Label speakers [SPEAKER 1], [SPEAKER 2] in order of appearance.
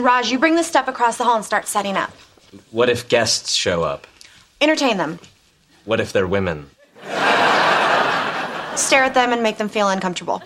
[SPEAKER 1] Raj, you bring this stuff across the hall and start setting up.
[SPEAKER 2] What if guests show up?
[SPEAKER 1] Entertain them.
[SPEAKER 2] What if they're women?
[SPEAKER 1] Stare at them and make them feel uncomfortable.